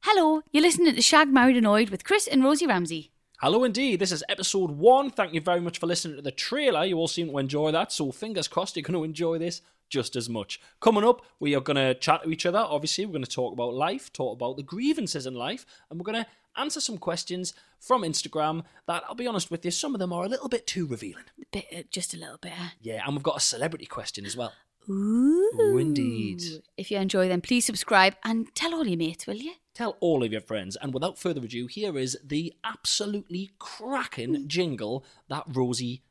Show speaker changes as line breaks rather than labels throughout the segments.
Hello, you're listening to Shag Married Annoyed with Chris and Rosie Ramsey.
Hello, indeed. This is episode one. Thank you very much for listening to the trailer. You all seem to enjoy that, so fingers crossed you're going to enjoy this just as much. Coming up, we are going to chat to each other. Obviously, we're going to talk about life, talk about the grievances in life, and we're going to answer some questions from Instagram that, I'll be honest with you, some of them are a little bit too revealing.
Bit, uh, just a little bit. eh?
Yeah, and we've got a celebrity question as well.
Ooh.
indeed.
If you enjoy them, please subscribe and tell all your mates, will you?
Tell all of your friends. And without further ado, here is the absolutely cracking jingle that Rosie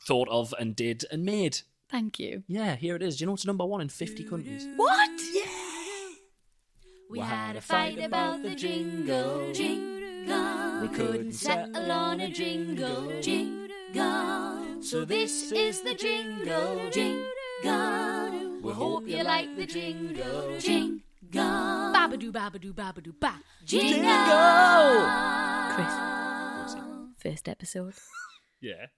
thought of and did and made.
Thank you.
Yeah, here it is. Do you know it's number one in 50 countries?
What? Yeah.
We had a fight about the jingle.
Jingle.
We couldn't settle on a jingle.
Jingle.
So this is the jingle.
Jingle.
We hope you like the jingle.
Jingle. Babadoo, babadoo, babadoo, ba. Chris. First episode.
Yeah,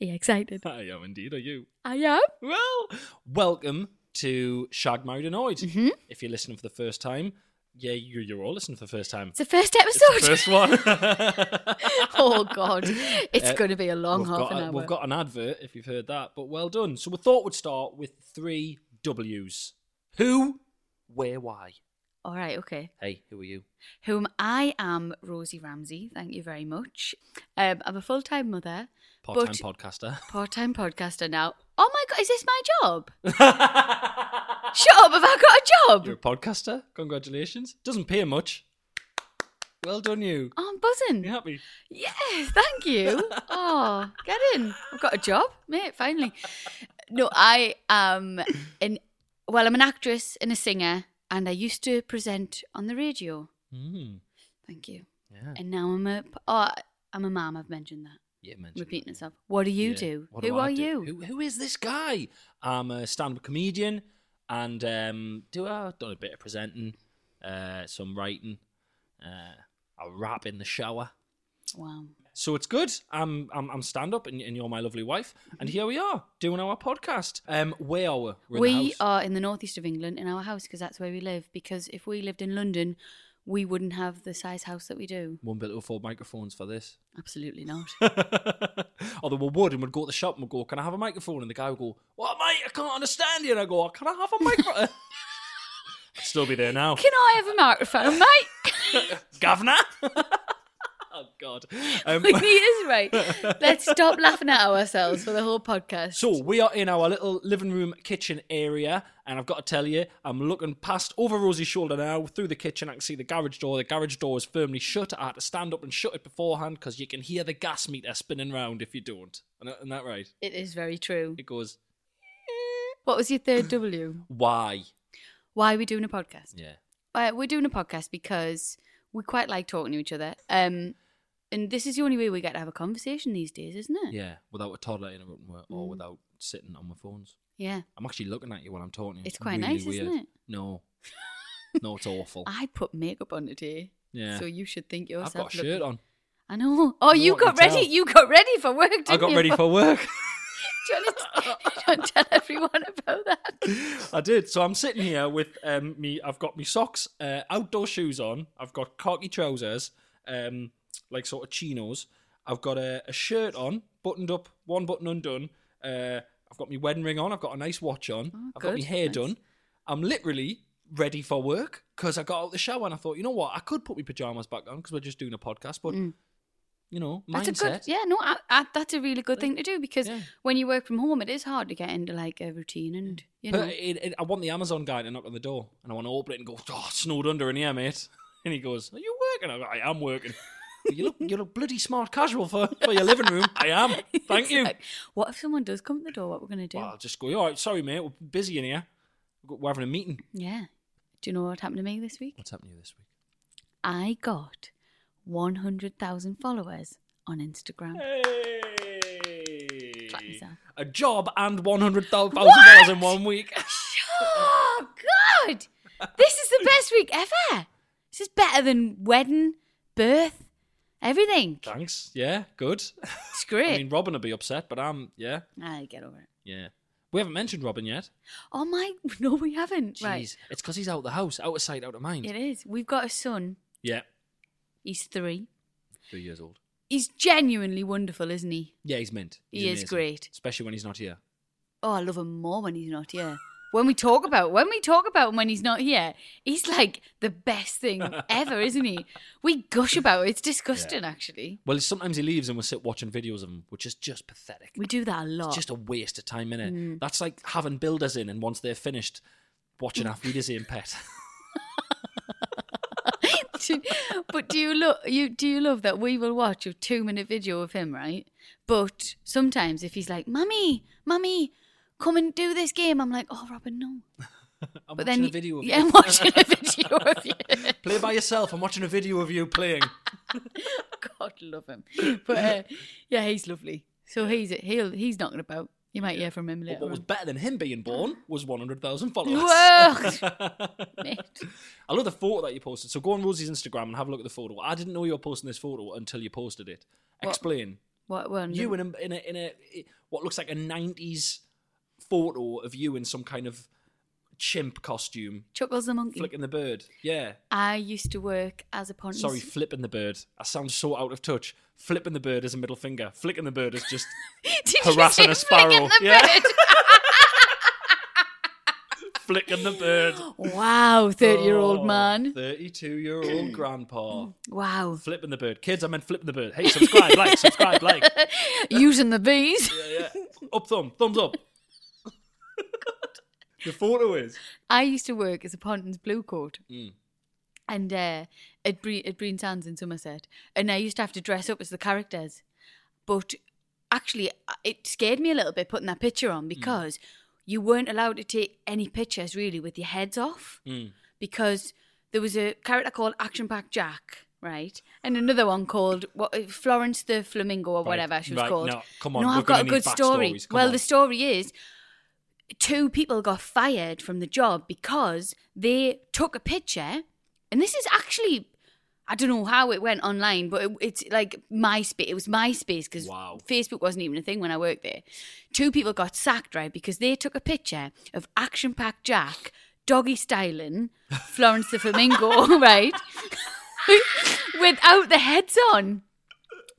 Are you excited?
I am indeed. Are you?
I am.
Well, welcome to Shag Married Annoyed. If you're listening for the first time, yeah, you, you're all listening for the first time.
It's the first episode.
It's the first one.
oh God, it's
Uh,
going to be a long
we've
half
got
an
a-
hour.
We've got an advert if you've heard that, but well done. So we thought we'd start with three W's: who, where, why.
All right, okay.
Hey, who are you?
Whom I am, Rosie Ramsey. Thank you very much. Um, I'm a full time mother,
Part-time
But-
podcaster.
part time podcaster now. Oh my God, is this my job? Shut up! Have I got a
You're a
job?
podcaster. Congratulations. Doesn't pay much. Well done, you.
Oh, I'm buzzing.
You happy?
Yeah, thank you. Oh, get in. I've got a job, mate, finally. No, I am an well, I'm an actress and a singer, and I used to present on the radio.
Mm,
Thank you.
yeah.
And now I'm a oh, I'm a mum. I've mentioned that.
Yeah, mention
Repeating
that.
itself. What do you
Yeah.
do?
What
Who
do I
are
do?
you?
Who, who is this guy? I'm a stand-up comedian, and um, do I've done a bit of presenting, uh, some writing, uh, I rap in the shower.
Wow.
So it's good. I'm I'm, I'm stand up, and, and you're my lovely wife, and here we are doing our podcast. Um, where are we? We're in the
We
house.
are in the northeast of England in our house because that's where we live. Because if we lived in London, we wouldn't have the size house that we do.
Won't be able to afford microphones for this.
Absolutely not.
Although we would, and we'd go to the shop and we'd go, Can I have a microphone? And the guy would go, What, mate? I can't understand you. And I go, "Oh, Can I have a microphone? Still be there now.
Can I have a microphone, mate?
Governor? oh, God. Um,
he is right. Let's stop laughing at ourselves for the whole podcast.
so we are in our little living room kitchen area, and I've got to tell you, I'm looking past over Rosie's shoulder now through the kitchen. I can see the garage door. The garage door is firmly shut. I had to stand up and shut it beforehand because you can hear the gas meter spinning round if you don't. Isn't isn't that right?
it is very true.
It goes,
What was your third W?
Why?
Why are we doing a podcast?
Yeah.
Uh, we're doing a podcast because we quite like talking to each other. Um, and this is the only way we get to have a conversation these days, isn't it?
Yeah, without a toddler interrupting work
Mm.
or without sitting on my phones.
Yeah.
I'm actually looking at you while I'm talking. to you.
It's quite
really
nice, isn't
weird.
it?
No. No, it's awful.
I put makeup on today.
Yeah.
So you should think
I've
yourself.
got a
looking-
shirt on.
I know. Oh, you
what can
got ready.
tell.
You got ready for work. Didn't
I got
you?
ready for work.
Don't, don't tell everyone about that.
I did. So I'm sitting here with um, me. I've got me socks, uh, outdoor shoes on. I've got khaki trousers, um, like sort of chinos. I've got a, a shirt on, buttoned up, one button undone. Uh, I've got my wedding ring on. I've got a nice watch on.
Oh,
I've got my
good.
hair
Nice.
done. I'm literally ready for work because I got out the shower and I thought, you know what, I could put my pajamas back on because we're just doing a podcast, but you know, mindset.
Mm. That's a good, yeah, no, I, I, that's a really good thing to do because
Yeah.
when you work from home, it is hard to get into like a routine and you know.
But it, it, I want the Amazon guy to knock on the door and I want to open it and go, oh, it's snowed under in here, mate. And he goes, are you working? I, go, I am working. you look, you're a bloody smart casual for, for your living room. I am. Thank
It's
you.
like, what if someone does come to the door? What we're gonna do?
Well, I'll just go, all right, sorry, mate, we're busy in here. We're we're having a meeting.
yeah. Do you know what happened to me this week?
What's happening to you this week?
I got one hundred thousand followers on Instagram.
Hey!
Clap yourself.
A job and 100,000 dollars in one week.
Oh God! This is the best week ever. This is better than wedding, birth, everything.
Thanks. Yeah, good.
It's
I
great.
mean, Robin will be upset, but I'm, yeah,
I get over it.
yeah. We haven't mentioned Robin yet.
Oh my! No, we haven't.
Jeez.
Right.
It's because he's out the house, out of sight, out of mind.
It is. We've got a son.
Yeah.
He's three.
Three years old.
He's genuinely wonderful, isn't he?
Yeah, he's mint. He's
He is
amazing.
great.
Especially when he's not here.
Oh, I love him more when he's not here. When we talk about when we talk about him when he's not here, he's like the best thing ever, isn't he? We gush about it. It's disgusting, actually.
Well, sometimes he leaves and we sit watching videos of him, which is just pathetic.
We Mm. do that a lot.
It's just a waste of time, innit? That's like having builders in, and once they're finished, watching our feeders in pet.
but do you look you do you love that we will watch a two minute video of him right but sometimes if he's like mummy mummy come and do this game i'm like oh robin no
I'm
but
watching
then
a video of
yeah
you.
i'm watching a video of you
Play by yourself. I'm watching a video of you playing.
god love him but uh, yeah he's lovely so he's he'll he's knocking about you might hear from him
But
later
what was
on.
better than him being born was 100,000 followers.
Whoa! Mate.
I love the photo that you posted. So go on Rosie's Instagram and have a look at the photo. I didn't know you were posting this photo until you posted it. Explain.
What one?
You in a, in a in a what looks like a 90s photo of you in some kind of chimp costume,
Chuckles the monkey.
flicking the bird. Yeah.
I used to work as a Ponzi.
Sorry, flipping the bird. I sound so out of touch. Flipping the bird is a middle finger. Flicking the bird is just
Did you
harassing
say
a sparrow.
flicking the
Yeah.
bird?
flicking the bird.
Wow, 30 year
Oh.
old man.
32 year old grandpa.
Wow.
flipping the bird. Kids, I meant flipping the bird. Hey, subscribe, like, subscribe, like.
Using the bees.
Up thumb, thumbs up. the photo is.
I used to work as a Pontins Blue Coat. And uh, at, Bre- at Breen Sands in Somerset. And I used to have to dress up as the characters. But actually, I- it scared me a little bit putting that picture
Hmm.
on because you weren't allowed to take any pictures really with your heads off.
Hmm.
Because there was a character called Action Pack Jack. Right, and another one called what uh, Florence the Flamingo or
Right,
whatever she was
right,
called.
no, come on,
no,
we're
I've got a
gonna need
good story.
backstories, come
Well,
on.
the story is two people got fired from the job because they took a picture, and this is actually. I don't know how it went online, but it, it's like MySpace. It was MySpace because
Wow.
Facebook wasn't even a thing when I worked there. Two people got sacked, right, because they took a picture of Action Pack Jack, doggy styling, Florence the Flamingo, right, without the heads on.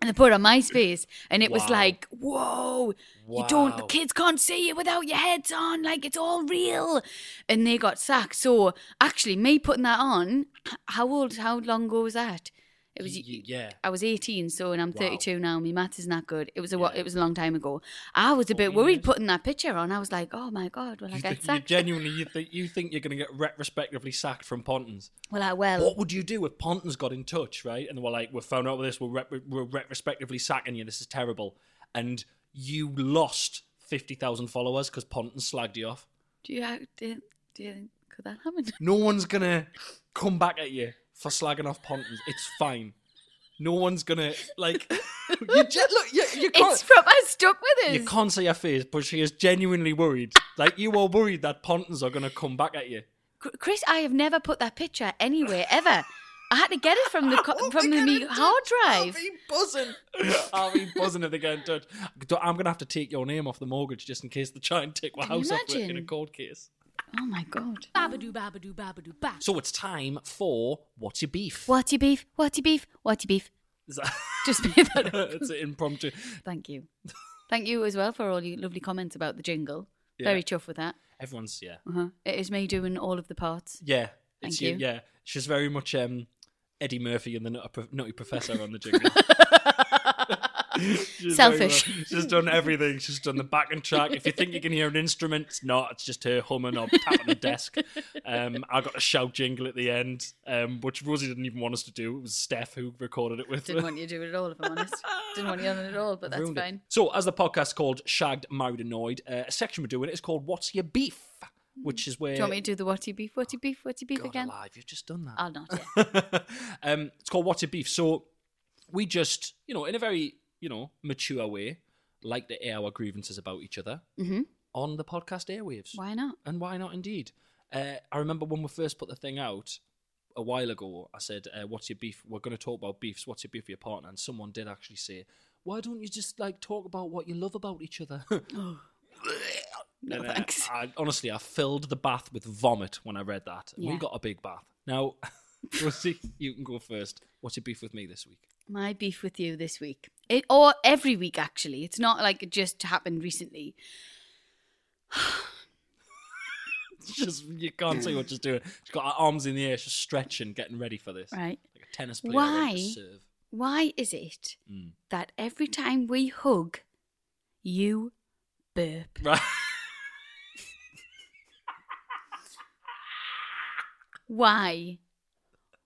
And they put it on MySpace, and it was
Wow.
like, whoa, you don't, the kids can't see you without your heads on, like it's all real. And they got sacked. So actually, me putting that on, h- how old, how long ago was that? It was,
Y- y- yeah.
I was 18, so, and I'm
Wow.
32 now. My maths isn't that good. It was a, wa- it was a long time ago. I was a bit worried putting that picture on. I was like, oh my God, will I
You,
get
think- you
sacked?
genuinely, you think, you think you're going to get retrospectively sacked from Pontons.
Well, I will.
What would you do if Pontons got in touch, right? And they were like, we found out this, we're, rep- we're retrospectively sacking you, this is terrible. And you lost 50,000 followers because Pontons slagged you off.
Do you, do you, do you think, could that happen?
No one's gonna come back at you for slagging off Pontons. It's fine. No one's gonna like. you just, look, you, you
It's
can't.
from, I stuck with it.
You can't see her face, but she is genuinely worried. Like you are worried that Pontons are gonna come back at you.
Cr- Chris, I have never put that picture anywhere ever. I had to get it from the
Oh
co- from the me hard drive.
buzzing. I'll be buzzing if they get in touch. I'm gonna have to take your name off the mortgage just in case they try and take my
Can you
house off it in a
imagine?
court case.
Oh my god!
So it's time for what's your beef?
What's your beef? What's your beef? What's your beef?
Is that-
Just made that up.
it's an impromptu.
Thank you, thank you as well for all your lovely comments about the jingle. Very chuffed with that.
everyone's yeah,
Uh-huh. It is me doing all of the parts.
yeah. It's
Thank
you.
you.
Yeah, she's very much um, Eddie Murphy and the Nutty Pro- Nutty Professor on the jingle. She's very
Selfish.
much- she's done everything. She's done the backing track. If you think you can hear an instrument, it's not. It's just her humming or tapping the desk. Um, I got a shout jingle at the end, um, which Rosie didn't even want us to do. It was Steph who recorded it with.
Didn't want you to do it at all, if I'm honest. Didn't want you on it at all, but that's
Ruined it.
fine.
So, as the podcast's called Shagged, Married, Annoyed, uh, a section we're doing is called What's Your Beef? Which is where.
Do you want me to do the whatty beef, whatty beef, whatty beef
God
again? Oh,
alive, you've just done that.
I'll not. Yeah.
um, it's called What's Your Beef. So, we just, you know, in a very, you know, mature way, like to air our grievances about each other on the podcast airwaves.
Why not?
And why not indeed? Uh, I remember when we first put the thing out a while ago, I said, uh, What's your beef? We're going to talk about beefs. What's your beef with your partner? And someone did actually say, Why don't you just like talk about what you love about each other?
No
And, uh,
thanks.
I, honestly, I filled the bath with vomit when I read that. And We
Yeah.
got a big bath. Now, we'll see. You can go first. What's your beef with me this week?
My beef with you this week, it, or every week actually. It's not like it just happened recently.
It's just you can't see what she's doing. She's got her arms in the air, she's stretching, getting ready for this,
Right.
Like a tennis player.
Why?
ready to serve.
Why is it
Mm.
that every time we hug, you burp?
Right.
Why?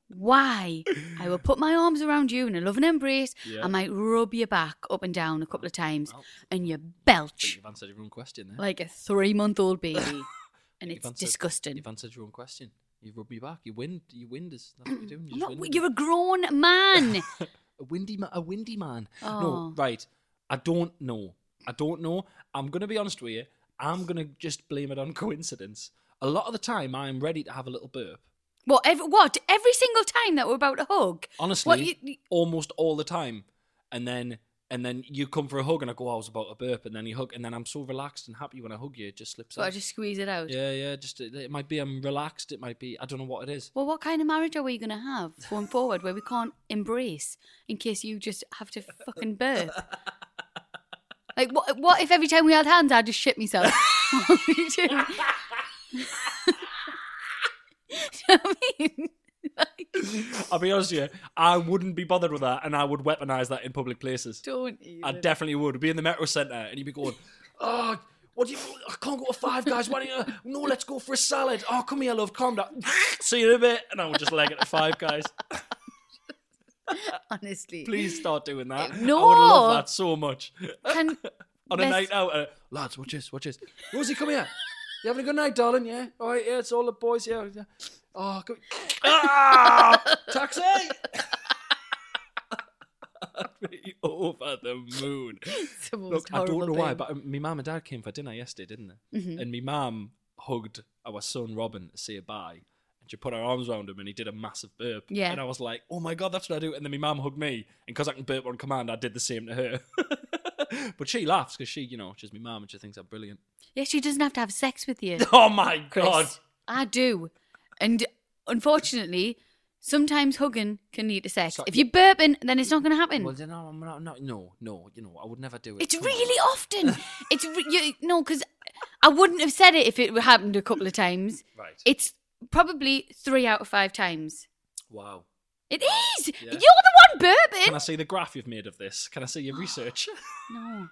Why? I will put my arms around you in a loving embrace. I might rub your back up and down a couple of times, and you
think
belch
you've answered your own question there.
like a three-month-old baby, and
You've
it's
answered-
disgusting.
You've answered your own question. You rub me back. You wind. You wind is that's what you're doing. You
I'm
just
not-
wind
you're a grown man.
a windy man. A windy man. No,
Oh.
right. I don't know. I don't know. I'm gonna be honest with you. I'm gonna just blame it on coincidence. A lot of the time, I'm ready to have a little burp.
What? Every, what? Every single time that we're about to hug.
Honestly,
What, you, you-
almost all the time. And then and then you come for a hug, and I go, "Oh, I was about to burp, and then you hug, and then I'm so relaxed and happy when I hug you. It just slips
so I
out.
just squeeze it out.
yeah, yeah. Just it, it might be I'm relaxed. It might be I don't know what it is.
Well, what kind of marriage are we going to have going forward where we can't embrace in case you just have to fucking burp? Like, what, what if every time we held hands, I just shit myself? What would you do? Do you know what I mean?
I'll be honest with you, I wouldn't be bothered with that, and I would weaponize that in public places.
Don't even.
I definitely would. Be in the metro centre, and you'd be going, "Oh, what do you? I can't go to Five Guys. Why don't you? No, let's go for a salad. Oh, come here, love. Calm down. See you in a bit." And I would just leg it to Five Guys.
Honestly.
Please start doing that.
No.
I would love that so much.
Can,
On a
Let's-
night out, uh, lads, watch this, watch this. Rosie, come here. You having a good night, darling? Yeah. All right. Yeah, it's all the boys. Yeah. yeah. Oh, come... ah, taxi. I'd be Over the moon.
it's the most
Look, I don't know
horrible Mm-hmm.
why,
thing.
but um, me mum and dad came for dinner yesterday, didn't they? And me mum hugged our son Robin to say bye, and she put her arms around him, and he did a massive burp.
Yeah.
And I was like, oh my god, that's what I do. And then my mum hugged me, and because I can burp on command, I did the same to her. but she laughs because she, you know, she's my mum and she thinks I'm brilliant.
Yeah, she doesn't have to have sex with you.
Oh my
Chris.
god.
I do. And unfortunately, sometimes hugging can lead to sex.
So-
if you're burping, then it's not going to happen.
Well, then no, I'm not, not, no, no, you know, I would never do it.
it's
Come on.
really often. it's re- you, no, because I wouldn't have said it if it happened a couple of times.
Right.
It's probably three out of five times.
Wow.
It is.
Yeah.
You're the one burping.
Can I see the graph you've made of this? Can I see your research?
no.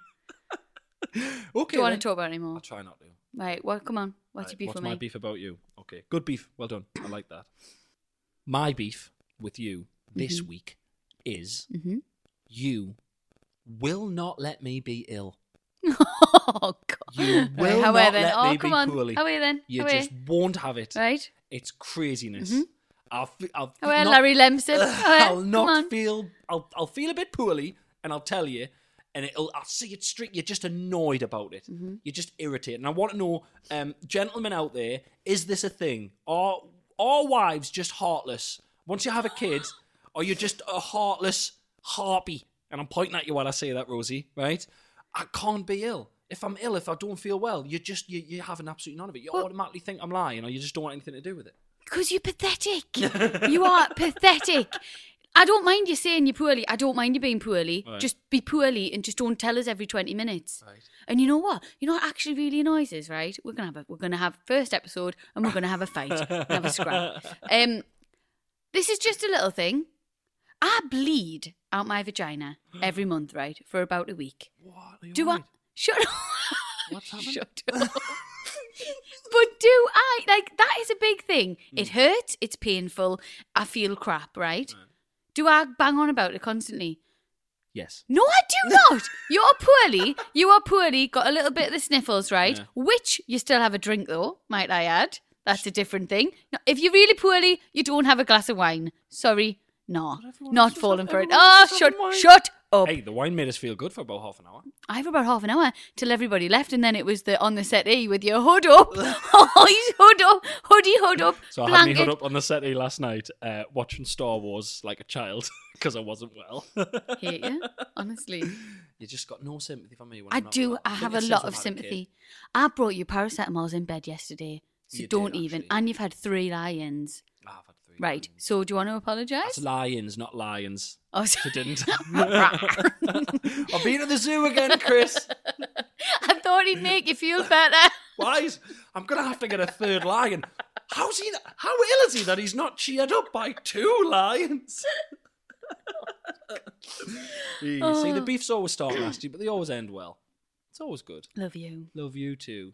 okay.
Do you want
then.
to talk about it
I'll
anymore?
try not to.
Right. Well, come on. What's
Right,
your beef
what's
with
my
me?
beef about you? Okay, good beef. Well done. I like that. My beef with you this
Mm-hmm.
week is
Mhm.
you will not let me be ill.
oh God.
You
Right,
will
how
not
are then?
let
oh,
me
come
be
on.
poorly.
How are you then?
You
How are
just won't have it.
Right. Mm-hmm.
It's craziness. I'll, fe- I'll fe-
How are
not-
Larry Lemson? How are-
I'll
come
not
on.
feel. I'll I'll feel a bit poorly, and I'll tell you, and it'll. I'll see it straight. You're just annoyed about it.
Mm-hmm.
You're just irritated. And I want to know, um, gentlemen out there, is this a thing? Are are wives just heartless? Once you have a kid, are you just a heartless harpy? And I'm pointing at you while I say that, Rosie. Right? I can't be ill. If I'm ill, if I don't feel well, you just you, you have an absolute none of it. You automatically think I'm lying, or you just don't want anything to do with it.
Because you're pathetic. you are pathetic. I don't mind you saying you're poorly. I don't mind you being poorly.
Right.
Just be poorly and just don't tell us every twenty minutes. And you know what? You know what actually really annoys us, right? We're gonna have a, we're gonna have first episode and we're gonna have a fight, and have a scrap. Um, this is just a little thing. I bleed out my vagina every month, right, for about a week.
What?
Do I? Shut up.
What's happened?
Shut up. but do I? Like, that is a big thing.
Hmm.
It hurts. It's painful. I feel crap, right? Do I bang on about it constantly?
Yes.
No, I do not. You're poorly. You are poorly. Got a little bit of the sniffles, right?
Yeah.
Which you still have a drink, though, might I add. That's a different thing. No, if you're really poorly, you don't have a glass of wine. Sorry. No, not falling for it. Oh, shut, shut up.
Hey, the wine made us feel good for about half an hour.
I have about half an hour till everybody left, and then it was the on the settee with your hood up, hood up, hoodie, hood up,
So I had me
blanket.
hood up on the settee last night, uh, watching Star Wars like a child because I wasn't well.
Hate you, honestly.
you just got no sympathy for me. When
I
I'm not
do.
well.
I
think
have a
it's
lot
since
of
I've had a kid.
sympathy. I brought you paracetamols in bed yesterday, so
You did,
don't even.
actually.
And you've had three lions,
Ah, I've had three.
right?
lions.
So do you want to
That's
apologise?
lions, not lions.
Oh,
She
sorry.
didn't. I've been at the zoo again, Chris.
I thought he'd make you feel better.
Why? is- I'm gonna have to get a third lion. How's he? How ill is he that he's not cheered up by two lions? you see,
Oh.
the beefs always start nasty, but they always end well. It's always good.
Love you.
Love you too.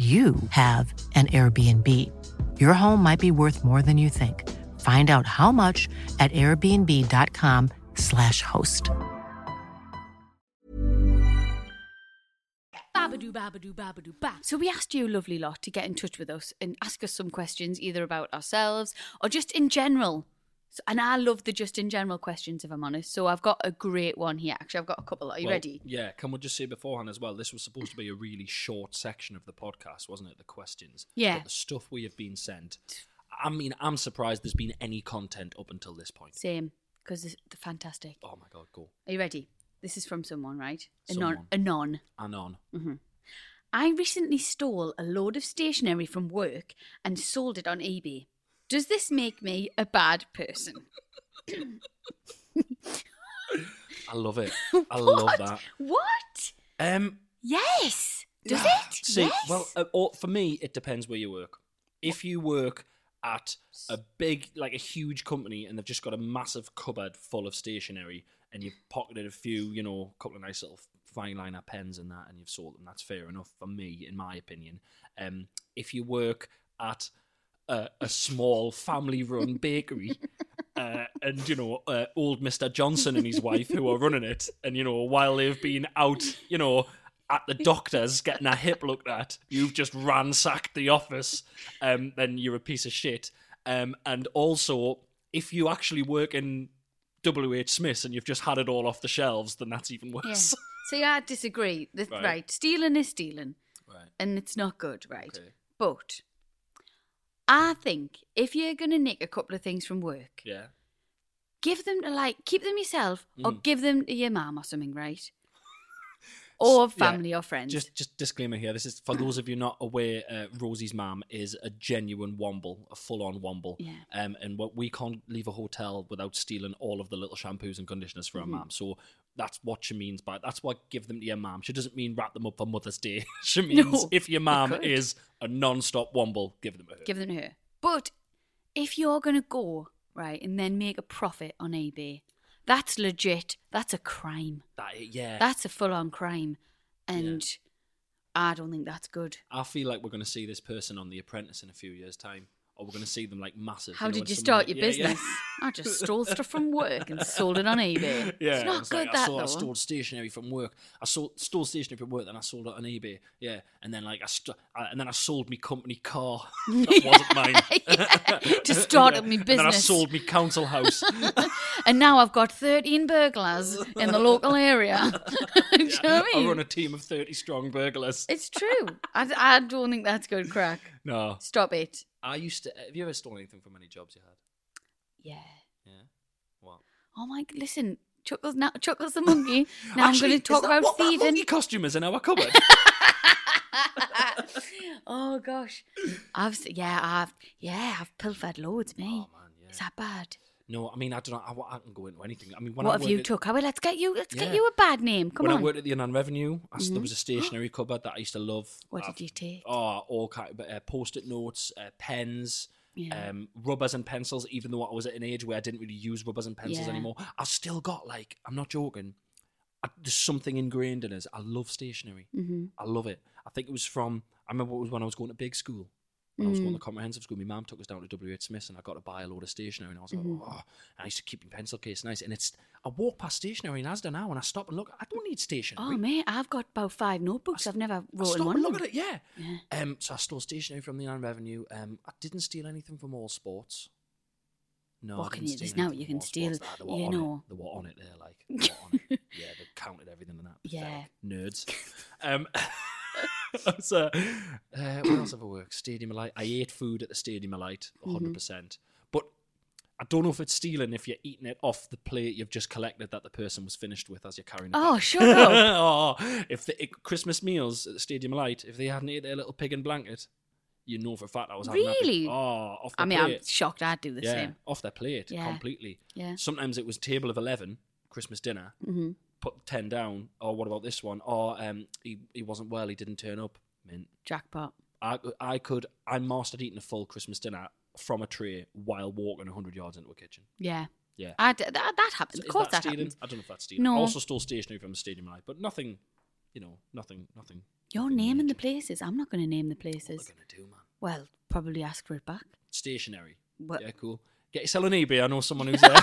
you have an Airbnb. Your home might be worth more than you think. Find out how much at airbnb.com/slash host.
Babadoo, babadoo, babadoo, ba. So we asked you, lovely lot, to get in touch with us and ask us some questions, either about ourselves or just in general. So, and I love the just in general questions, if I'm honest. So I've got a great one here. Actually, I've got a couple. Are you
Well,
ready?
Yeah. Can we just say beforehand as well? This was supposed to be a really short section of the podcast, wasn't it? The questions.
Yeah.
But the stuff we have been sent. I mean, I'm surprised there's been any content up until this point.
Same, because they're fantastic.
Oh my god, cool.
Are you ready? This is from someone, right?
Someone.
Anon. Anon.
Anon.
I recently stole a load of stationery from work and sold it on eBay. Does this make me a bad person?
I love it. I love
What?
that.
What?
Um,
Yes. Does it?
Ah, See,
yes.
well, uh, or for me, it depends where you work. If you work at a big, like a huge company, and they've just got a massive cupboard full of stationery, and you've pocketed a few, you know, a couple of nice little fine liner pens and that, and you've sold them, that's fair enough for me, in my opinion. Um, if you work at a, a small family-run bakery. Uh, and you know, uh, old Mister Johnson and his wife who are running it, and you know, while they've been out, you know, at the doctor's getting a hip looked at, you've just ransacked the office. Um, then you're a piece of shit. Um, and also, if you actually work in W. H. Smith and you've just had it all off the shelves, then that's even
Yeah.
worse.
See, I disagree. The,
Right.
right. Stealing is stealing.
Right.
and it's not good, right?
Okay.
But I think if you're going to nick a couple of things from work,
Yeah.
give them to like, keep them yourself or
Mhm.
give them to your mum or something, right? or
S- yeah.
family or friends.
Just, just disclaimer here. This is for those of you not aware. Uh, Rosie's mum is a genuine womble, a full-on womble.
Yeah.
Um, and what we can't leave a hotel without stealing all of the little shampoos and conditioners for
Mm-hmm.
our mum. So that's what she means by. That's why give them to your mum. She doesn't mean wrap them up for Mother's Day. she means if your mum
could.
is a non-stop womble, give them to her.
give them to her. But if you're going to go, right, and then make a profit on eBay, that's legit. That's a crime.
that, yeah.
That's a full on crime. And I don't think that's good.
I feel like we're going to see this person on The Apprentice in a few years' time, or we're going to see them like massive.
How
know, when
did you
someone-
start your
Yeah, yeah.
business? I just stole stuff from work and sold it on eBay.
Yeah,
it's not
was
good
like, I,
that
sold, I
though.
stole stationery from work. I sold stole stationery from work, then I sold it on eBay. Yeah, and then like I, st- I and then I sold me company car that wasn't mine
Yeah, to start up my
And then I
business.
sold me council house.
And now I've got 13 burglars in the local area. Do you know what I
I
mean?
run a team of thirty strong burglars.
It's true. I, I don't think that's good crack.
No,
Stop it.
I used to. Have you ever stolen anything from any jobs you had?
Yeah.
Yeah. What?
Oh my, listen, Chuckles now, Chuckles the monkey. Now I'm going to talk about
what that
thieving.
monkey costume is in our cupboard.
oh gosh, I've s- yeah, I've yeah, I've pilfered loads, me.
oh man, yeah.
Is that bad?
No, I mean I don't know. I, I can go into anything. I mean, when I
what have you
worked at-
took? Oh, well, let's get you, let's
Yeah.
get you a bad name. Come
when
on. Mm-hmm.
I worked at the Inland Revenue, I s there was a stationery cupboard that I used to love.
what
I've-
did you take?
Oh, all kind of uh, post-it notes, uh, pens,
Yeah.
um, rubbers and pencils. Even though I was at an age where I didn't really use rubbers and pencils
Yeah.
anymore, I've still got like I'm not joking. I, there's something ingrained in us. I love stationery.
Mm-hmm.
I love it. I think it was from. I remember it was when I was going to big school. When I was
Mm.
going to comprehensive school, my mum took us down to W. H. Smith, and I got to buy a load of stationery. And I was like,
Mm-hmm.
oh, and I used to keep my pencil case nice. And it's I walk past stationery in Asda now, and I stop and look. I don't need stationery.
Oh mate, I've got about five notebooks. I've never
I
wrote
stop
in one.
and look
of
at
them.
it, yeah. Um, so I stole stationery from the Inland Revenue. Um, I didn't steal anything from All Sports. No, I
What can
didn't
you-
steal
there's now
anything
you
from
can
All
steal,
Sports. Nah, they were
you
on it.
know.
They were on it there, like. They were on it. Yeah, they counted everything in that.
Yeah.
pathetic Nerds. Um, so, uh, what else have I worked? Stadium of Light. I ate food at the Stadium of Light,
Mm-hmm.
100%. percent But I don't know if it's stealing if you're eating it off the plate you've just collected that the person was finished with as you're carrying it. back.
Oh shut up.
oh, if the if Christmas meals at the Stadium of Light, if they hadn't ate their little pig and blanket, you know for a fact I was having that big-
Really?
Oh, off the
I mean, I'm
plate.
shocked. I'd do the
yeah,
same.
off their plate
Yeah.
completely.
Yeah.
Sometimes it was table of eleven, Christmas dinner.
Mm-hmm.
Put ten down. Or what about this one? Or um, he he wasn't well. He didn't turn up. Mint.
Jackpot.
I I could I mastered eating a full Christmas dinner from a tray while walking hundred yards into a kitchen.
Yeah.
Yeah.
I d- that, that happens.
So
of
is
course
that
that,
stealing?
happens.
I don't know if that's stealing.
No.
I also stole stationery from a stadium light, but nothing, you know, nothing, nothing.
You're
nothing
naming the
major.
places. I'm not going to name the
What
places.
they're gonna do, man?
Well, probably ask for it back.
Stationery.
What?
Yeah, cool. Get yourself an eBay. I know someone who's there.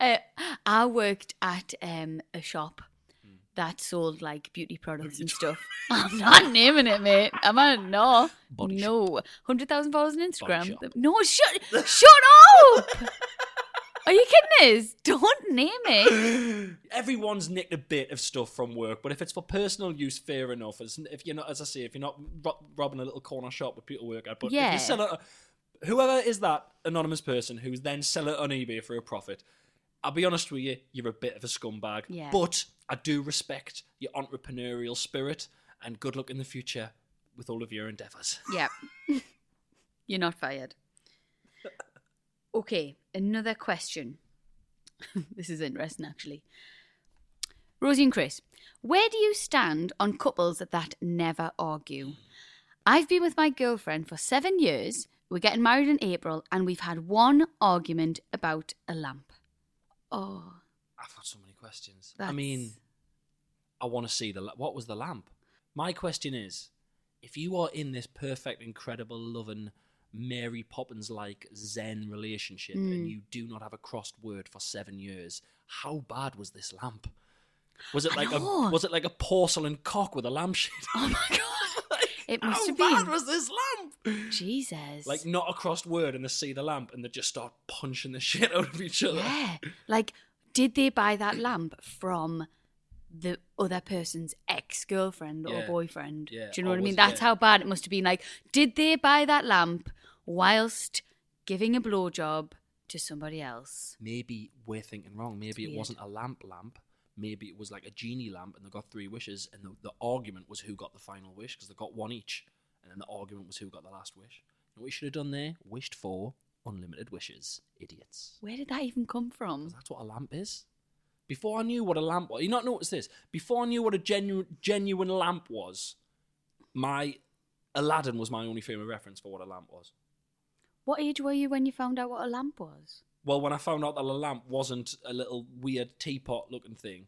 uh, I worked at um, a shop that sold like beauty products and stuff. I'm not naming it, mate. Am I? No,
Body shop.
no. Hundred thousand followers on Instagram.
shop.
No, shut, shut up. Are you kidding us? Don't name it.
Everyone's nicked a bit of stuff from work, but if it's for personal use, fair enough. As- If you're not, as I say, if you're not ro- robbing a little corner shop with people work at, but if
Yeah.
you sell it, whoever is that anonymous person who then sell it on eBay for a profit, I'll be honest with you, you're a bit of a scumbag.
Yeah.
But I do respect your entrepreneurial spirit, and good luck in the future with all of your endeavours.
Yeah, you're not fired. Okay, another question. this is interesting, actually. Rosie and Chris, where do you stand on couples that never argue? I've been with my girlfriend for seven years. We're getting married in April, and we've had one argument about a lamp. Oh,
I've got so many questions. I
That's-
mean, I want to see the la- what was the lamp. My question is, if you are in this perfect, incredible, loving Mary Poppins like Zen relationship
Hmm.
and you do not have a crossed word for seven years, how bad was this lamp? Was it
I
like a
know.
was it like a porcelain cock with a lampshade?
oh my god! It must
how
have
bad
been
was this lamp?
Jesus.
Like not a crossed word, and they see the lamp, and they just start punching the shit out of each other.
Yeah. Like, did they buy that lamp from the other person's ex ex girlfriend or
Yeah.
boyfriend.
Yeah,
Do you know what I
always,
mean? That's
yeah.
how bad it must have been. Like, did they buy that lamp whilst giving a blowjob to somebody else?
Maybe we're thinking wrong. Maybe it
weird.
wasn't a lamp lamp. Maybe it was like a genie lamp and they got three wishes and the, the argument was who got the final wish because they got one each and then the argument was who got the last wish. You know what you should have done there? Wished for unlimited wishes. Idiots.
Where did that even come from?
'Cause That's what a lamp is. Before I knew what a lamp was, you not notice this. Before I knew what a genuine genuine lamp was, my Aladdin was my only frame of reference for what a lamp was.
What age were you when you found out what a lamp was?
Well, when I found out that a lamp wasn't a little weird teapot looking thing,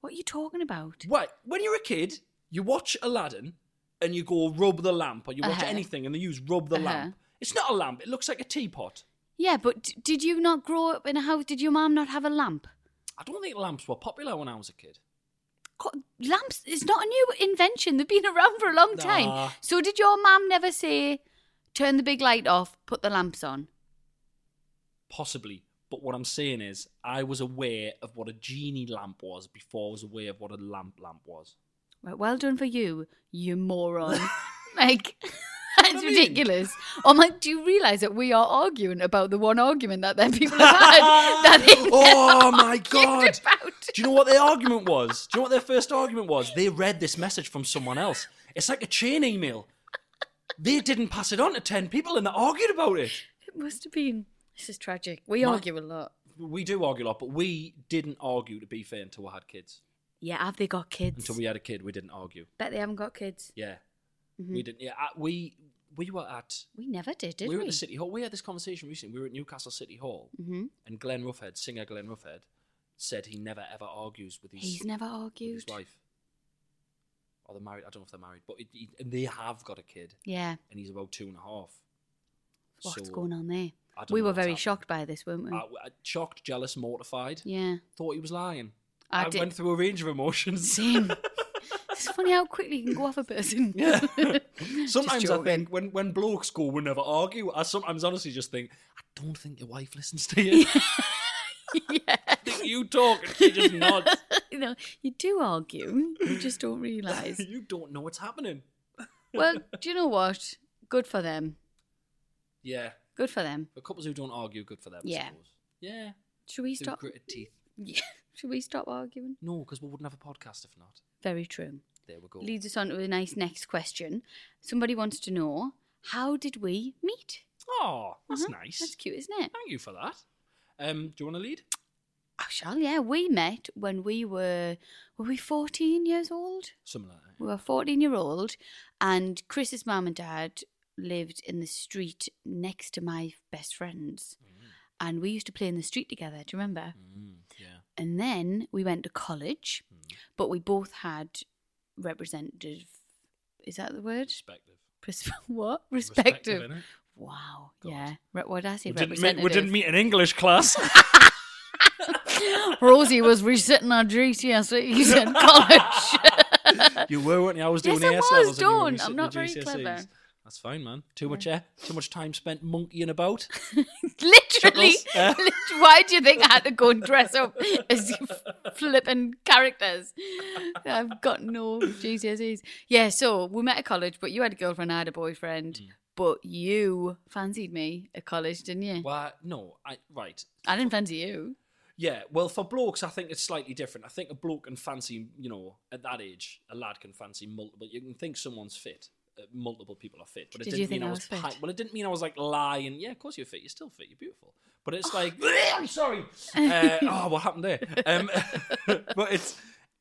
What are you talking about?
Right, when you're a kid, you watch Aladdin and you go rub the lamp, or you watch
Uh-huh.
anything and they use rub the
Uh-huh.
lamp. It's not a lamp, it looks like a teapot.
Yeah, but d- did you not grow up in a house? Did your mum not have a lamp?
I don't think lamps were popular when I was a kid.
Co- Lamps is not a new invention. They've been around for a long time.
Nah.
So did your mum never say, turn the big light off, put the lamps on?
Possibly. But what I'm saying is, I was aware of what a genie lamp was before I was aware of what a lamp lamp was.
Right, well done for you, you moron. like, that's
I mean?
ridiculous. I'm like, do you realise that we are arguing about the one argument that then people have had? that they
Oh
never
my
argued
God.
About.
Do you know what their argument was? Do you know what their first argument was? They read this message from someone else. It's like a chain email. They didn't pass it on to 10 people and they argued about it.
It must have been. This is tragic. We
My-
argue a lot.
we do argue a lot, but we didn't argue to be fair until we had kids.
Yeah, have they got kids?
Until we had a kid, we didn't argue.
Bet they haven't got kids.
Yeah, we didn't. Yeah, I- we we were at
We never did, Mm-hmm. did
we
we?
were at the city hall. We had this conversation recently. We were at Newcastle City Hall,
hmm
and Glenn Ruffhead, singer Glenn Ruffhead, said he never ever argues with his
He's never
with
argued.
his wife. Or they're married. I don't know if they're married, but it, it- and they have got a kid,
Yeah.
and he's about two and a half.
What's
So,
going on there?
I don't
We
know
were
what's
very
happening.
shocked by this, weren't we?
I, I- shocked, jealous, mortified.
yeah.
Thought he was lying.
I
I,
did-
went through a range of emotions.
Same. it's funny how quickly you can go off a person.
Yeah.
Just
sometimes I
joking.
think when, when blokes go, we never argue. I sometimes honestly just think, I don't think your wife listens to you. I think you talk and she just nods.
you know, you do argue, you just don't realise.
you don't know what's happening.
well, do you know what? Good for them.
Yeah.
Good for them.
For couples who don't argue, good for them, I
Yeah.
suppose. Yeah.
Should we
Through
stop?
gritted teeth.
Yeah. Should we stop arguing?
No, because we wouldn't have a podcast if not.
Very true.
There we go.
Leads us on to a nice next question. Somebody wants to know how did we meet?
Oh, that's
Uh-huh.
nice.
That's cute, isn't it?
Thank you for that. Um, do you want to lead?
Oh, shall yeah. We met when we were were we fourteen years old?
Something like that.
We were 14 year old, and Chris's mum and dad lived in the street next to my best friend's. And we used to play in the street together, do you remember?
Mm, yeah. Mm.
And then we went to college, but we both had representative. Is that the word?
Perspective.
Pers- what?
Respective,
Respective.
innit?
wow.
God.
Yeah. Re- what did I say?
We didn't, meet,
representative.
we didn't meet in English class.
Rosie was resitting our GCSEs in college.
You were, weren't you? I was
Yes,
doing E
I
AS
was,
levels. and you were
Dawn.
resitting
I'm not
your
very clever.
That's fine, man. Too much air. Too much time spent monkeying about.
Literally,
Chuckles, yeah.
lit- why do you think I had to go and dress up as flipping characters? I've got no GCSEs. Yeah, so we met at college, but you had a girlfriend, I had a boyfriend,
Mm.
but you fancied me at college, didn't you?
Why? No. I right.
I didn't fancy you.
Yeah. Well, for blokes, I think it's slightly different. I think a bloke can fancy, you know, at that age, a lad can fancy multiple. You can think someone's fit. uh, Multiple people are fit, but it
Did
didn't
you think
mean
I
I was.
was fit?
pi- well, it didn't mean I was like lying. Yeah, of course you're fit. You're still fit. You're beautiful. But
Oh.
it's like, I'm sorry. Uh, oh, what happened there? Um, but it's,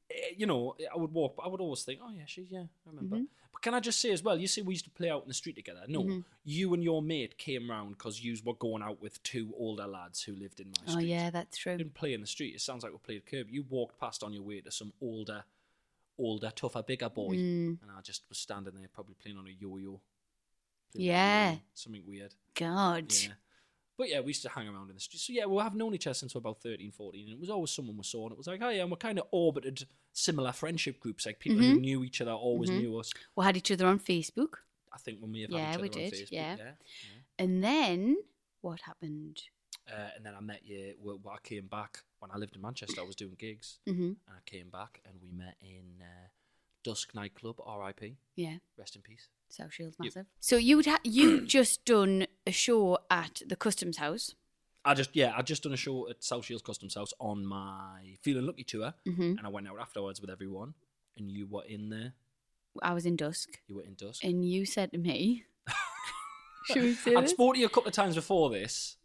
eh, you know, I would walk, but I would always think, oh yeah, she, yeah, I remember.
Mm-hmm.
But can I just say as well? You see, we used to play out in the street together. No, you and your mate came round because you were going out with two older lads who lived in my
Oh,
street.
yeah, that's true.
We didn't play in the street. It sounds like we played curb. You walked past on your way to some older, older, tougher, bigger boy,
Mm.
and I just was standing there, probably playing on a yo-yo. Playing on a
Yeah.
yo-yo, something weird.
God.
Yeah. But yeah, we used to hang around in the street. So yeah, we have known each other since we we're about 13, 14, and it was always someone we saw, and it was like, oh yeah, and we kind of orbited similar friendship groups, like people
Mm-hmm.
who knew each other, always knew us.
We had each other on Facebook.
I think when we have
Yeah,
had each
we
other on
did,
Facebook,
yeah. And then what happened?
Uh, and then I met you. Well, well, I came back when I lived in Manchester. I was doing gigs,
Mm-hmm.
and I came back, and we met in uh, Dusk nightclub, R.I.P.
Yeah.
Rest in peace.
South Shields
You-
massive. So you'd ha- you just done a show at the Customs House.
I just yeah, I just done a show at South Shields Customs House on my Feeling Lucky tour,
Mm-hmm.
and I went out afterwards with everyone, and you were in there.
I was in Dusk,
You were in Dusk.
and you said to me, "Should we say
I'd
this?
spoken to you a couple of times before this,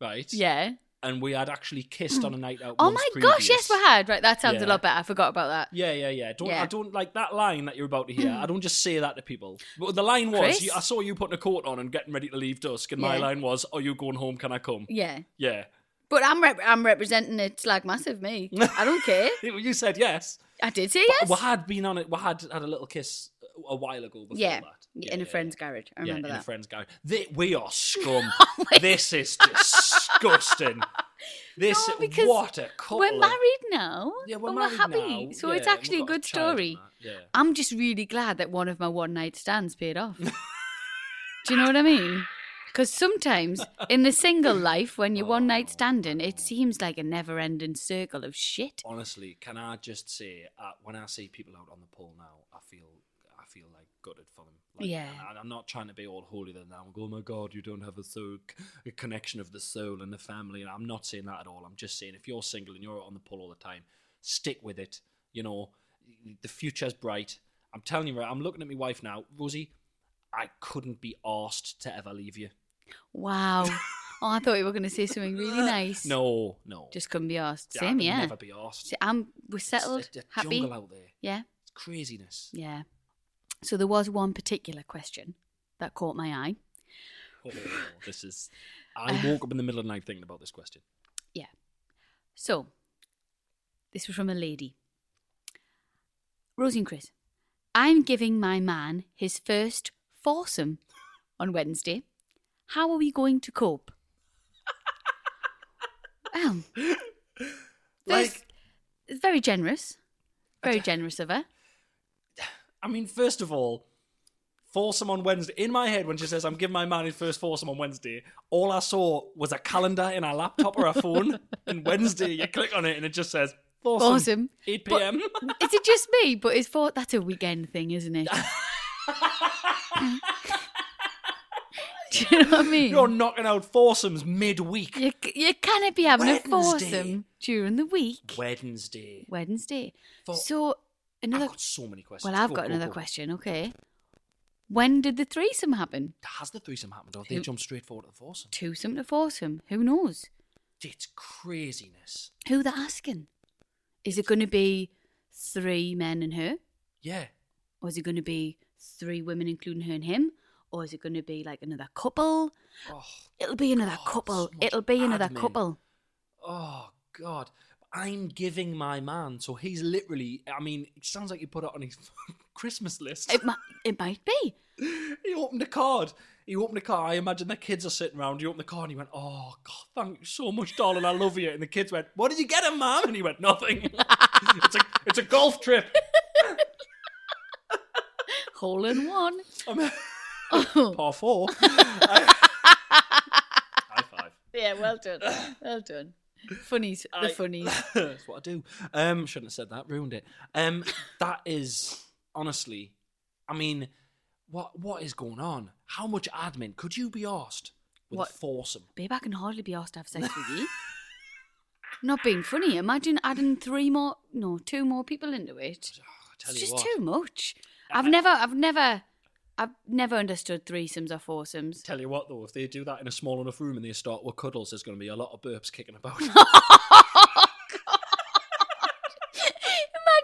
right?
Yeah.
And we had actually kissed on a night out.
Oh
months
my
previous.
gosh! Yes, we had. Right, that sounds
Yeah.
a lot better. I forgot about that.
Yeah, yeah, yeah. Don't
Yeah. Mm.
I don't like that line that you're about to hear. I don't just say that to people. But the line was,
Chris?
you, I saw you putting a coat on and getting ready to leave dusk, and my
Yeah.
line was, "Are you going home? Can I come?"
Yeah.
Yeah.
But I'm rep- I'm representing it like massive me. I don't care.
You said yes.
I did say
But
yes.
We had been on it. We had had a little kiss a while ago. Before
yeah.
that.
in
yeah,
a friend's
yeah.
garage. I
Yeah,
remember
in a
that. Oh
friend's garage. They, we are scum. this is disgusting. This
No, because
what a couple.
we're
of-
married now.
Yeah,
and
we're,
we're
married
happy.
now.
So
Yeah,
it's
and we've
actually a
got
good
child and
story.
that. Yeah.
I'm just really glad that one of my one night stands paid off. Do you know what I mean? Because sometimes in the single life, when you're one night standing, it seems like a never ending circle of shit.
honestly, can I just say, uh, when I see people out on the pole now, I feel, I feel like gutted for them. Like,
Yeah.
and I- I'm not trying to be all holier than thou and go, oh my god, you don't have a, soul, a connection of the soul and the family. And I'm not saying that at all. I'm just saying if you're single and you're out on the pole all the time, stick with it. You know, the future's bright. I'm telling you, right, I'm looking at my wife now, Rosie. I couldn't be asked to ever leave you.
Wow. oh, I thought you were going to say something really nice.
No, no.
Just couldn't be asked.
Yeah, I
Same,
could
yeah.
Never be asked.
See, I'm, we're settled,
It's a, a
happy.
jungle out there.
Yeah,
It's craziness.
yeah. So there was one particular question that caught my eye.
Oh, this is. I woke up in the middle of the night thinking about this question.
Yeah. So, this was from a lady. Rosie and Chris, I'm giving my man his first foursome on Wednesday. How are we going to cope? well, this
Like-
is very generous. Very generous of her.
I mean, first of all, foursome on Wednesday. In my head, when she says, I'm giving my man his first foursome on Wednesday, all I saw was a calendar in our laptop or our phone. and Wednesday, you click on it and it just says, foursome.
Foursome.
8
But-
p.m.
is it just me? But it's for that's a weekend thing, isn't it? Do you know what I mean?
You're knocking out foursomes midweek.
You, c- you cannot be having
Wednesday.
a foursome during the week.
Wednesday.
Wednesday.
For-
so another.
I've got so many questions.
well, I've
Go,
got
go,
another
go.
question. Okay, when did the threesome happen?
Has the threesome happened or have they
Who-
jumped straight forward to the foursome?
Twosome to foursome. Who knows?
It's craziness.
Who they're asking? Is it going to be three men and her,
Yeah.
or is it going to be three women including her and him, or is it going to be like another couple?
Oh,
It'll be another
God, so
couple.
much
It'll be another
admin.
couple.
Oh God, I'm giving my man. So he's literally. I mean, it sounds like you put it on his Christmas list.
It might. It might be.
he opened a card. He opened a card. I imagine the kids are sitting around. He opened the card and he went, "Oh God, thank you so much, darling. I love you." And the kids went, "What did you get him, mum?" And he went, "Nothing. it's a it's a golf trip."
Hole in one.
I'm-
Oh.
Par four. High five.
Yeah, well done. Well done. Funnies, the
I-
funnies.
That's what I do. Um, shouldn't have said that. Ruined it. Um, that is honestly, I mean, what what is going on? How much admin could you be asked with
What?
a foursome?
Babe, I can hardly be asked to have sex with you. Not being funny. Imagine adding three more, no, two more people into it.
Oh, I tell
It's
you
just
what.
too much. I've never, I've never, I've never understood threesomes or foursomes.
Tell you what though, if they do that in a small enough room and they start with cuddles, there's going to be a lot of burps kicking about.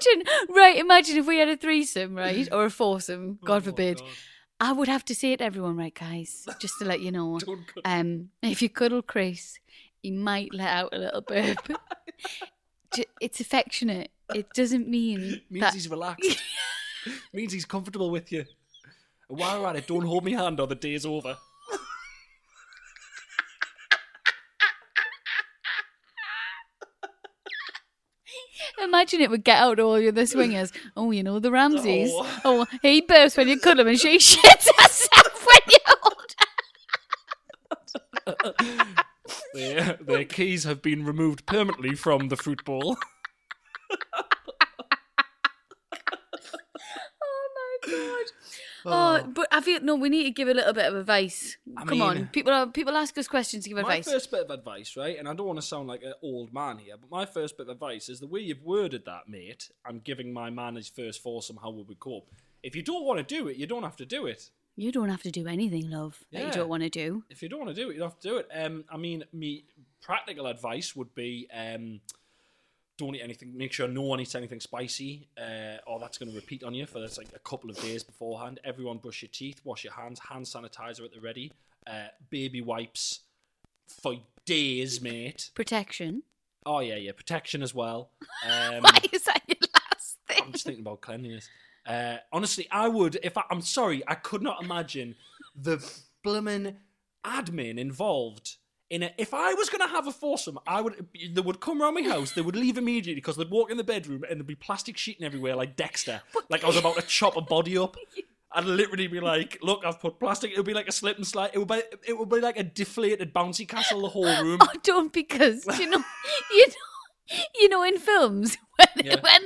Imagine, right? Imagine if we had a threesome, right, or a foursome. God
Oh,
forbid.
God.
I would have to say to everyone, right, guys, just to let you know,
Don't cuddle.
um, if you cuddle Chris, he might let out a little burp. Ju- it's affectionate. It doesn't mean
Means
that
he's relaxed. Means he's comfortable with you. And while we're at it, don't hold me hand or the day's over.
Imagine it would get out all your the swingers. Oh, you know the Ramses.
Oh.
Oh. he bursts when you cuddle him, and she shits herself when you hold her.
Their, their keys have been removed permanently from the fruit bowl.
Oh, but I feel no. We need to give a little bit of advice. Come
mean-
on, people are people ask us questions to give
My
advice.
first bit of advice, right, and I don't want to sound like an old man here, but my first bit of advice is the way you've worded that, mate. I'm giving my man his first foursome. How would we cope? If you don't want to do it, you don't have to do it.
You don't have to do anything, love. That
Yeah.
you don't want to do.
If you don't want to do it, you don't have to do it. Um, I mean, me practical advice would be um, don't eat anything. Make sure no one eats anything spicy, uh, or that's going to repeat on you for that's like a couple of days beforehand. Everyone brush your teeth, wash your hands, hand sanitizer at the ready, uh, baby wipes for days, mate.
Protection.
Oh yeah, yeah, protection as well. Um,
Why is that your last
I'm
thing?
just thinking about cleanliness. Uh, honestly, I would. If I, I'm sorry, I could not imagine the blooming admin involved in it. If I was going to have a foursome, I would. They would come round my house. They would leave immediately because they'd walk in the bedroom and there'd be plastic sheeting everywhere, like Dexter, like I was about to chop a body up. I'd literally be like, "Look, I've put plastic." It would be like a slip and slide. It would be, it would be like a deflated bouncy castle. The whole room.
Oh, don't because you know, you know, you know, in films when,
Yeah.
when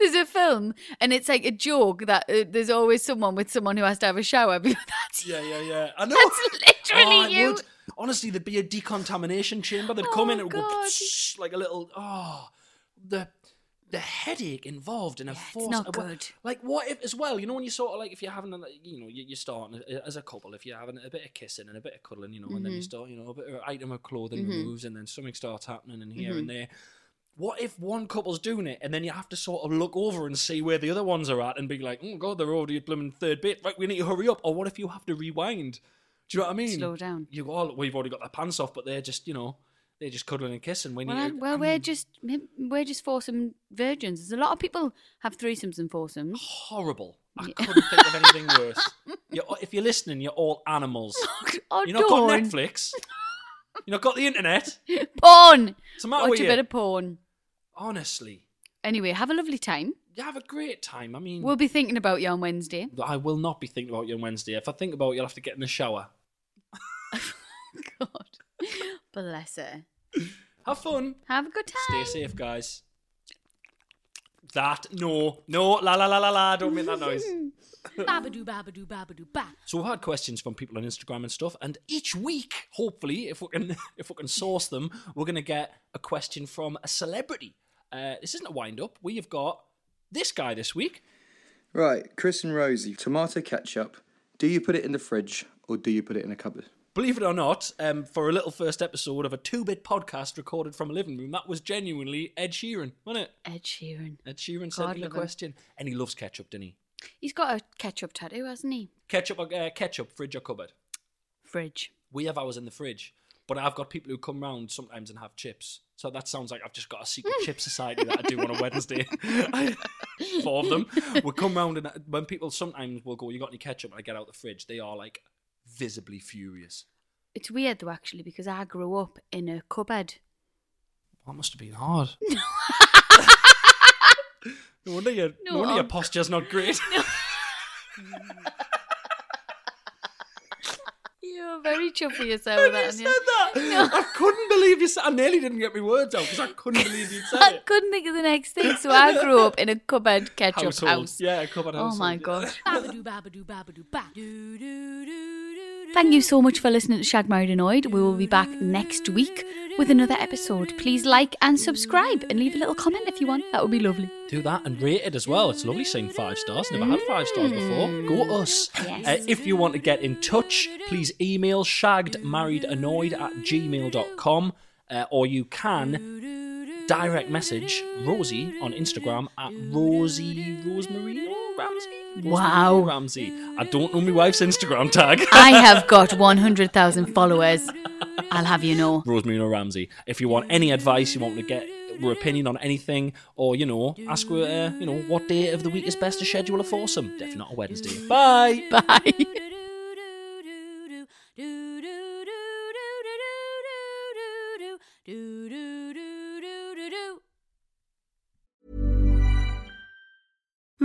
there's a film and it's like a joke that uh, there's always someone with someone who has to have a shower. But that's
Yeah, yeah, yeah. I know.
That's literally
I
you.
would. Honestly, there'd be a decontamination chamber. They'd come in
Oh,
and it would
God.
psh, like a little oh the the headache involved in a force.
not
uh, wha-
good.
Like what if as well? You know when you sort of like if you're having a, like, you know you- you're starting a- as a couple if you're having a bit of kissing and a bit of cuddling, you know, and then
Mm-hmm.
you start you know a bit of item of clothing moves and then something starts happening and here
Mm-hmm.
and there. What if one couple's doing it and then you have to sort of look over and see where the other ones are at and be like, oh god, they're already at blooming third bit. Right, we need to hurry up. Or what if you have to rewind? Do you know what I mean?
Slow down.
You go, oh, we've already got their pants off, but they're just, you know, they're just cuddling and kissing. We
well,
need
I,
to-
well,
I
we're
mean,
just we're just foursome virgins. There's a lot of people have threesomes and foursomes.
horrible. I couldn't think of anything worse. You're, if you're listening, you're all animals.
Oh,
You're not got
don't
Netflix. You're not got the internet.
porn.
What's the matter
Watch
with
a
you?
bit of porn.
Honestly,
Anyway, have a lovely time.
you have a great time. I mean,
We'll be thinking about you on Wednesday.
I will not be thinking about you on Wednesday. If I think about you, I'll have to get in the shower.
God, bless her.
Have fun.
Have a good time.
Stay safe, guys. That no, no, la la la la la. Don't make that noise.
Babadoo, babadoo, babadoo, ba.
So we've had questions from people on Instagram and stuff, and each week, hopefully, if we can if we can source them, we're gonna get a question from a celebrity. Uh, this isn't a wind up. We have got this guy this week.
Right, Chris and Rosie, tomato ketchup. Do you put it in the fridge or do you put it in a cupboard?
Believe it or not, um, for a little first episode of a two bit podcast recorded from a living room, that was genuinely Ed Sheeran, wasn't it?
Ed Sheeran.
Ed
God
Sheeran sent me the
love him.
question, and he loves ketchup, didn't he?
He's got a ketchup tattoo, hasn't he?
Ketchup, uh, ketchup, fridge or cupboard?
Fridge.
we have ours in the fridge, but I've got people who come round sometimes and have chips. So that sounds like I've just got a secret chip society that I do on a Wednesday. Four of them will come round, and uh, when people sometimes will go, "You got any ketchup?" and I get out the fridge, they are like visibly furious.
It's weird though, actually, because I grew up in a cupboard.
That must have been hard. no wonder your no,
No,
wonder your
um,
posture's not great.
You're very chuffy yourself
When
with
you
that.
said
aren't
that, I couldn't believe you. Said, I nearly didn't get my words out because I couldn't believe you said
I
it.
couldn't think of the next thing, so I grew up in a cupboard ketchup
Household.
house.
yeah, cupboard
Oh my
household.
god. Thank you so much for listening to Shag Married Annoyed. We will be back next week with another episode. Please like and subscribe and leave a little comment if you want. That would be lovely.
Do that and rate it as well. It's lovely seeing five stars. Never had five stars before. Go us. Uh, if you want to get in touch, please email shaggedmarriedannoyed at gmail.com uh, or you can direct message Rosie on Instagram at Rosie Rosemarino Ramsey.
Wow.
Rosemarino Ramsey. I don't know my wife's Instagram tag.
I have got 100,000 followers. I'll have you know.
Rosemary or Ramsey. If you want any advice, you want to get her opinion on anything, or you know, ask her, uh, you know, what day of the week is best to schedule a foursome. Definitely not a Wednesday. Bye.
Bye.